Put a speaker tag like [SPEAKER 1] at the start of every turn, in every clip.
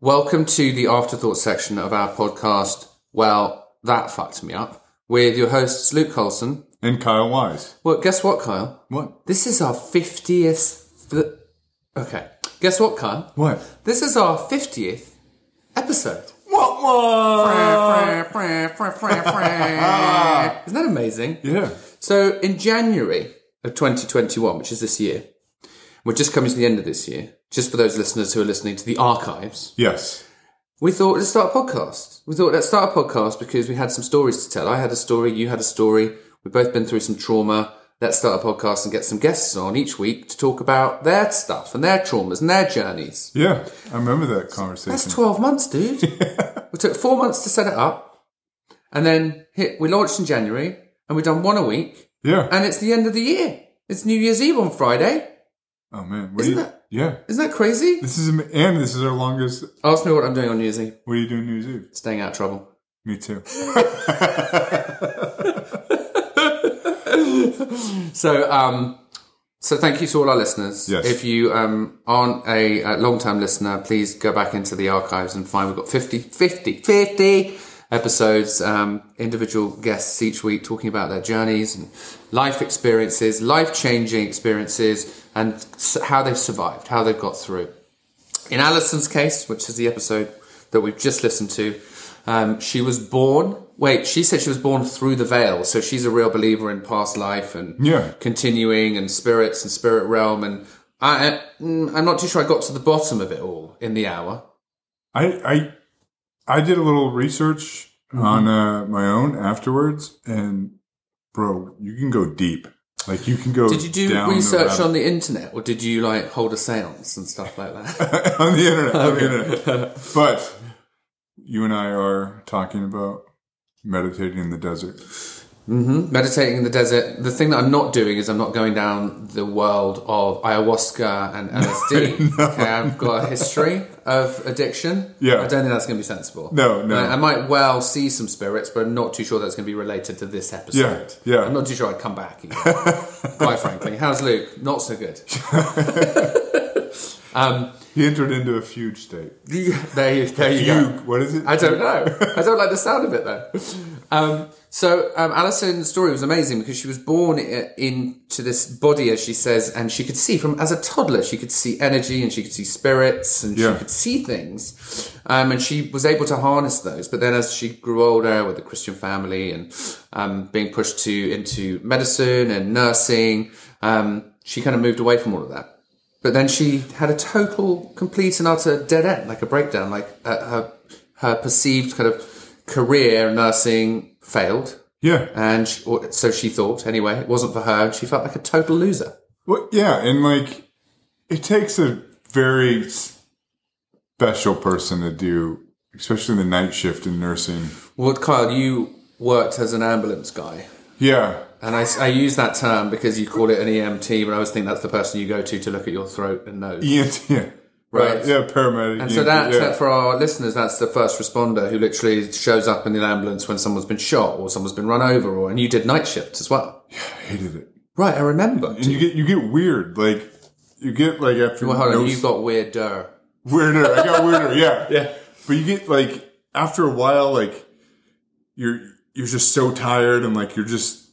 [SPEAKER 1] Welcome to the afterthought section of our podcast. Well, that fucked me up. With your hosts Luke Colson.
[SPEAKER 2] And Kyle Wise.
[SPEAKER 1] Well, guess what, Kyle?
[SPEAKER 2] What?
[SPEAKER 1] This is our fiftieth. Okay, guess what, Kyle?
[SPEAKER 2] What?
[SPEAKER 1] This is our fiftieth episode.
[SPEAKER 2] What? What?
[SPEAKER 1] Isn't that amazing?
[SPEAKER 2] Yeah.
[SPEAKER 1] So in January of 2021, which is this year, we're just coming to the end of this year. Just for those listeners who are listening to the archives,
[SPEAKER 2] Yes.
[SPEAKER 1] we thought let's start a podcast. We thought let's start a podcast because we had some stories to tell. I had a story, you had a story. We've both been through some trauma. Let's start a podcast and get some guests on each week to talk about their stuff and their traumas and their journeys.
[SPEAKER 2] Yeah. I remember that conversation.
[SPEAKER 1] That's 12 months, dude. we took four months to set it up. And then hit, we launched in January and we've done one a week.
[SPEAKER 2] yeah.
[SPEAKER 1] And it's the end of the year. It's New Year's Eve on Friday.
[SPEAKER 2] oh man. What
[SPEAKER 1] Isn't
[SPEAKER 2] are you,
[SPEAKER 1] that-
[SPEAKER 2] Yeah.
[SPEAKER 1] Isn't that crazy?
[SPEAKER 2] This is am- and this is our longest.
[SPEAKER 1] Ask me what I'm doing on New Year's Eve.
[SPEAKER 2] What are you doing New Year's Eve?
[SPEAKER 1] Staying out of trouble.
[SPEAKER 2] Me too.
[SPEAKER 1] So, um, so thank you to all our listeners.
[SPEAKER 2] Yes.
[SPEAKER 1] If you um, aren't a, uh long-term listener, please go back into the archives and find we've got 50, 50, 50 episodes, um, individual guests each week talking about their journeys and life experiences, life-changing experiences, and s- how they've survived, how they've got through. In Alison's case, which is the episode that we've just listened to, um, she was born. Wait, she said she was born through the veil, so she's a real believer in past life and
[SPEAKER 2] Yeah.
[SPEAKER 1] continuing and spirits and spirit realm. And I, I- mm, I'm not too sure I got to the bottom of it all in the hour.
[SPEAKER 2] I I I did a little research
[SPEAKER 1] Mm-hmm.
[SPEAKER 2] on uh, my own afterwards, and bro, you can go deep. Like you can go.
[SPEAKER 1] Did you do
[SPEAKER 2] down the
[SPEAKER 1] research
[SPEAKER 2] rabbit-
[SPEAKER 1] on the internet, or did you like hold a séance and stuff like that?
[SPEAKER 2] on the internet? On the internet. But you and I are talking about meditating in the desert.
[SPEAKER 1] Meditating in the desert. The thing that I'm not doing is I'm not going down the world of ayahuasca and LSD. okay, I've got a history of addiction.
[SPEAKER 2] Yeah.
[SPEAKER 1] I don't think that's going to be sensible.
[SPEAKER 2] No, no.
[SPEAKER 1] I, I might well see some spirits, but I'm not too sure that's going to be related to this episode.
[SPEAKER 2] Yeah, yeah.
[SPEAKER 1] I'm not too sure I'd come back. Either, quite frankly, how's Luke? Not so good.
[SPEAKER 2] He entered into a fugue state.
[SPEAKER 1] there, you, there you go.
[SPEAKER 2] Fugue. What is it?
[SPEAKER 1] I don't know. I don't like the sound of it though. Um, so um, Alison's story was amazing because she was born i- into this body, as she says, and she could see from as a toddler. She could see energy and she could see spirits and
[SPEAKER 2] Yeah.
[SPEAKER 1] she could see things, um, and she was able to harness those. But then, as she grew older, with the Christian family and um, being pushed to into medicine and nursing, um, she kind of moved away from all of that. But then she had a total, complete, and utter dead end, like a breakdown. Like uh, her her perceived kind of career in nursing failed,
[SPEAKER 2] Yeah.
[SPEAKER 1] and she, or, so she thought. Anyway, it wasn't for her. and She felt like a total loser.
[SPEAKER 2] Well, yeah, and like it takes a very special person to do, especially the night shift in nursing.
[SPEAKER 1] Well, Kyle, you worked as an ambulance guy,
[SPEAKER 2] Yeah.
[SPEAKER 1] and I, s- I use that term because you call it an EMT, but I always think that's the person you go to to look at your throat and nose.
[SPEAKER 2] ENT. E Yeah.
[SPEAKER 1] Right.
[SPEAKER 2] Yeah, paramedic.
[SPEAKER 1] And so
[SPEAKER 2] ENT,
[SPEAKER 1] that,
[SPEAKER 2] yeah.
[SPEAKER 1] that for our listeners, that's the first responder who literally shows up in an ambulance when someone's been shot or someone's been run over, or and you did night shifts as well.
[SPEAKER 2] I hated it.
[SPEAKER 1] Right, I remember.
[SPEAKER 2] And you get you get weird. Like you get like after
[SPEAKER 1] Well, hold
[SPEAKER 2] no
[SPEAKER 1] on, you got weirder.
[SPEAKER 2] weirder. I got weirder. Yeah, But you get like after a while, like you're you're just so tired and like you're just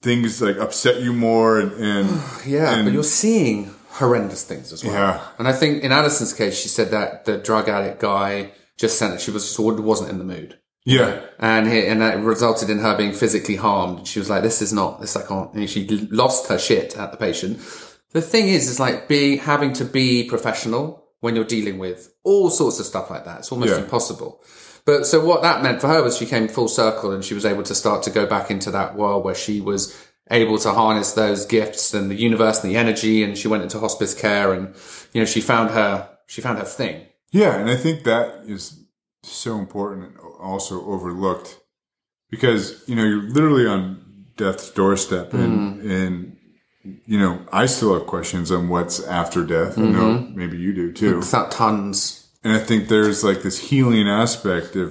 [SPEAKER 2] things like upset you more and, and
[SPEAKER 1] Yeah,
[SPEAKER 2] and-
[SPEAKER 1] but you're seeing horrendous things as well.
[SPEAKER 2] Yeah.
[SPEAKER 1] And I think in Addison's case, she said that the drug addict guy just said that she was just wasn't in the mood.
[SPEAKER 2] yeah
[SPEAKER 1] And he, and that resulted in her being physically harmed. She was like, "This is not this. I can't." And she l- lost her shit at the patient. The thing is, is like being having to be professional when you're dealing with all sorts of stuff like that. It's almost
[SPEAKER 2] Yeah.
[SPEAKER 1] impossible. But so what that meant for her was she came full circle and she was able to start to go back into that world where she was able to harness those gifts and the universe and the energy. And she went into hospice care and you know she found her she found her thing.
[SPEAKER 2] yeah, and I think that is so important and also overlooked because you know you're literally on death's doorstep and and you know I still have questions on what's after death. I know maybe you do too.
[SPEAKER 1] Without tons.
[SPEAKER 2] and I think there's like this healing aspect of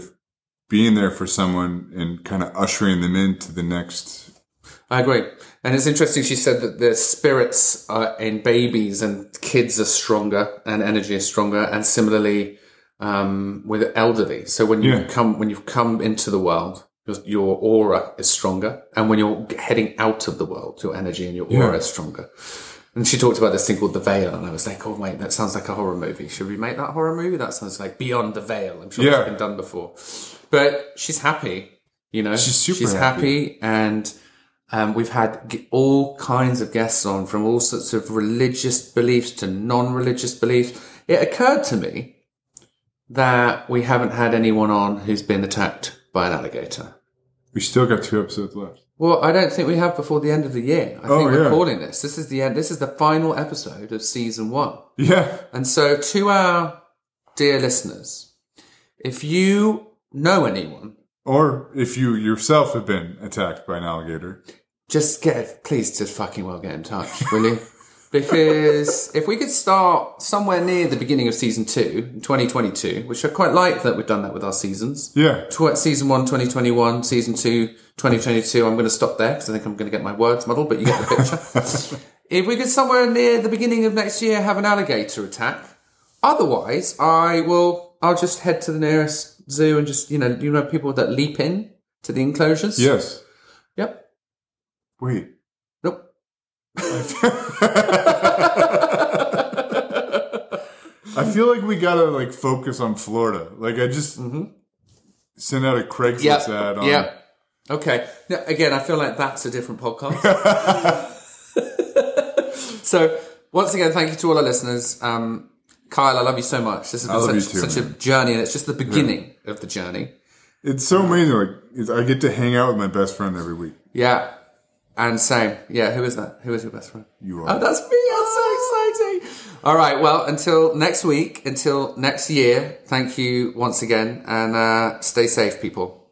[SPEAKER 2] being there for someone and kind of ushering them into the next.
[SPEAKER 1] I agree. And it's interesting, she said that the spirits uh, in babies and kids are stronger and energy is stronger. And similarly, um, with elderly. So when you
[SPEAKER 2] Yeah.
[SPEAKER 1] come when you've come into the world, your, your aura is stronger, and when you're heading out of the world, your energy and your aura
[SPEAKER 2] Yeah.
[SPEAKER 1] is stronger. And she talked about this thing called the veil, and I was like, "Oh wait, that sounds like a horror movie. Should we make that horror movie? That sounds like Beyond the Veil. I'm sure
[SPEAKER 2] Yeah.
[SPEAKER 1] it's been done before." But she's happy, you know.
[SPEAKER 2] She's super
[SPEAKER 1] She's happy,
[SPEAKER 2] happy.
[SPEAKER 1] and um, we've had g- all kinds of guests on from all sorts of religious beliefs to non-religious beliefs. It occurred to me that we haven't had anyone on who's been attacked by an alligator.
[SPEAKER 2] We still got two episodes left.
[SPEAKER 1] Well, I don't think we have before the end of the year. I
[SPEAKER 2] Oh,
[SPEAKER 1] think we're
[SPEAKER 2] yeah.
[SPEAKER 1] calling this. This is the end. This is the final episode of season one.
[SPEAKER 2] Yeah.
[SPEAKER 1] And so, to our dear listeners, if you know anyone,
[SPEAKER 2] Or if you yourself have been attacked by an alligator.
[SPEAKER 1] just get please just fucking well get in touch, will you? Because if we could start somewhere near the beginning of season two, 2022, which I quite like that we've done that with our seasons.
[SPEAKER 2] Yeah.
[SPEAKER 1] tw- season 1 2021 season 2 2022 i'm going to stop there because i think i'm going to get my words muddled but you get the picture if we could somewhere near the beginning of next year have an alligator attack otherwise i will i'll just head to the nearest zoo and just you know you know people that leap in to the enclosures
[SPEAKER 2] Yes.
[SPEAKER 1] yep
[SPEAKER 2] Wait.
[SPEAKER 1] nope
[SPEAKER 2] I feel like we gotta like focus on Florida. Like I just sent out a Craigslist
[SPEAKER 1] yep
[SPEAKER 2] ad on
[SPEAKER 1] yep okay now, again i feel like that's a different podcast So once again, thank you to all our listeners. Um, Kyle, I love you so much. This has
[SPEAKER 2] love
[SPEAKER 1] been
[SPEAKER 2] you
[SPEAKER 1] such,
[SPEAKER 2] too,
[SPEAKER 1] such a journey, and it's just the beginning of the journey.
[SPEAKER 2] It's so amazing. Like it's, I get to hang out with my best friend every week.
[SPEAKER 1] Yeah, and same. Yeah, who is that? Who is your best friend?
[SPEAKER 2] You
[SPEAKER 1] Oh,
[SPEAKER 2] are.
[SPEAKER 1] that's me. I'm so exciting. All right. Well, until next week, until next year. Thank you once again, and uh, stay safe, people.